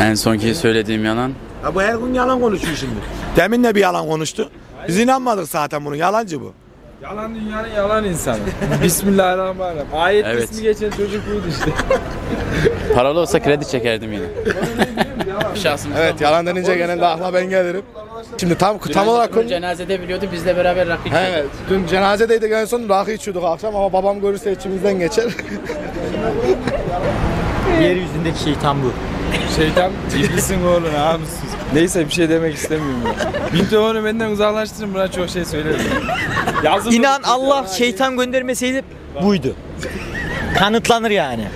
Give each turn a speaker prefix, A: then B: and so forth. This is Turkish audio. A: En sonki söylediğim yalan.
B: Ha bu her gün yalan konuşuyor şimdi. Demin de bir yalan konuştu. Biz inanmadık zaten bunun yalancı bu.
C: Yalan dünyanın yalan insanı. Bismillahirrahmanirrahim. Ayet
A: Evet.
C: ismi geçen çocuk buydu işte.
A: Paralı olsa kredi çekerdim yine. Şahsımız.
D: Evet yalan denince genelde akla ben gelirim. Şimdi tam tam olarak konu...
A: Cenazede biliyordu bizle beraber rakı içiyordu.
D: Evet, dün cenazedeydik en son rakı içiyorduk akşam ama babam görürse içimizden geçer.
E: Yeryüzündeki şeytan bu.
C: Şeytan iblisin oğlum abimsiz. Neyse bir şey demek istemiyorum ben. Binti onu benden uzaklaştırın buna çok şey söylerim. Yazın
E: İnan Allah şeytan göndermeseydi buydu. Kanıtlanır yani.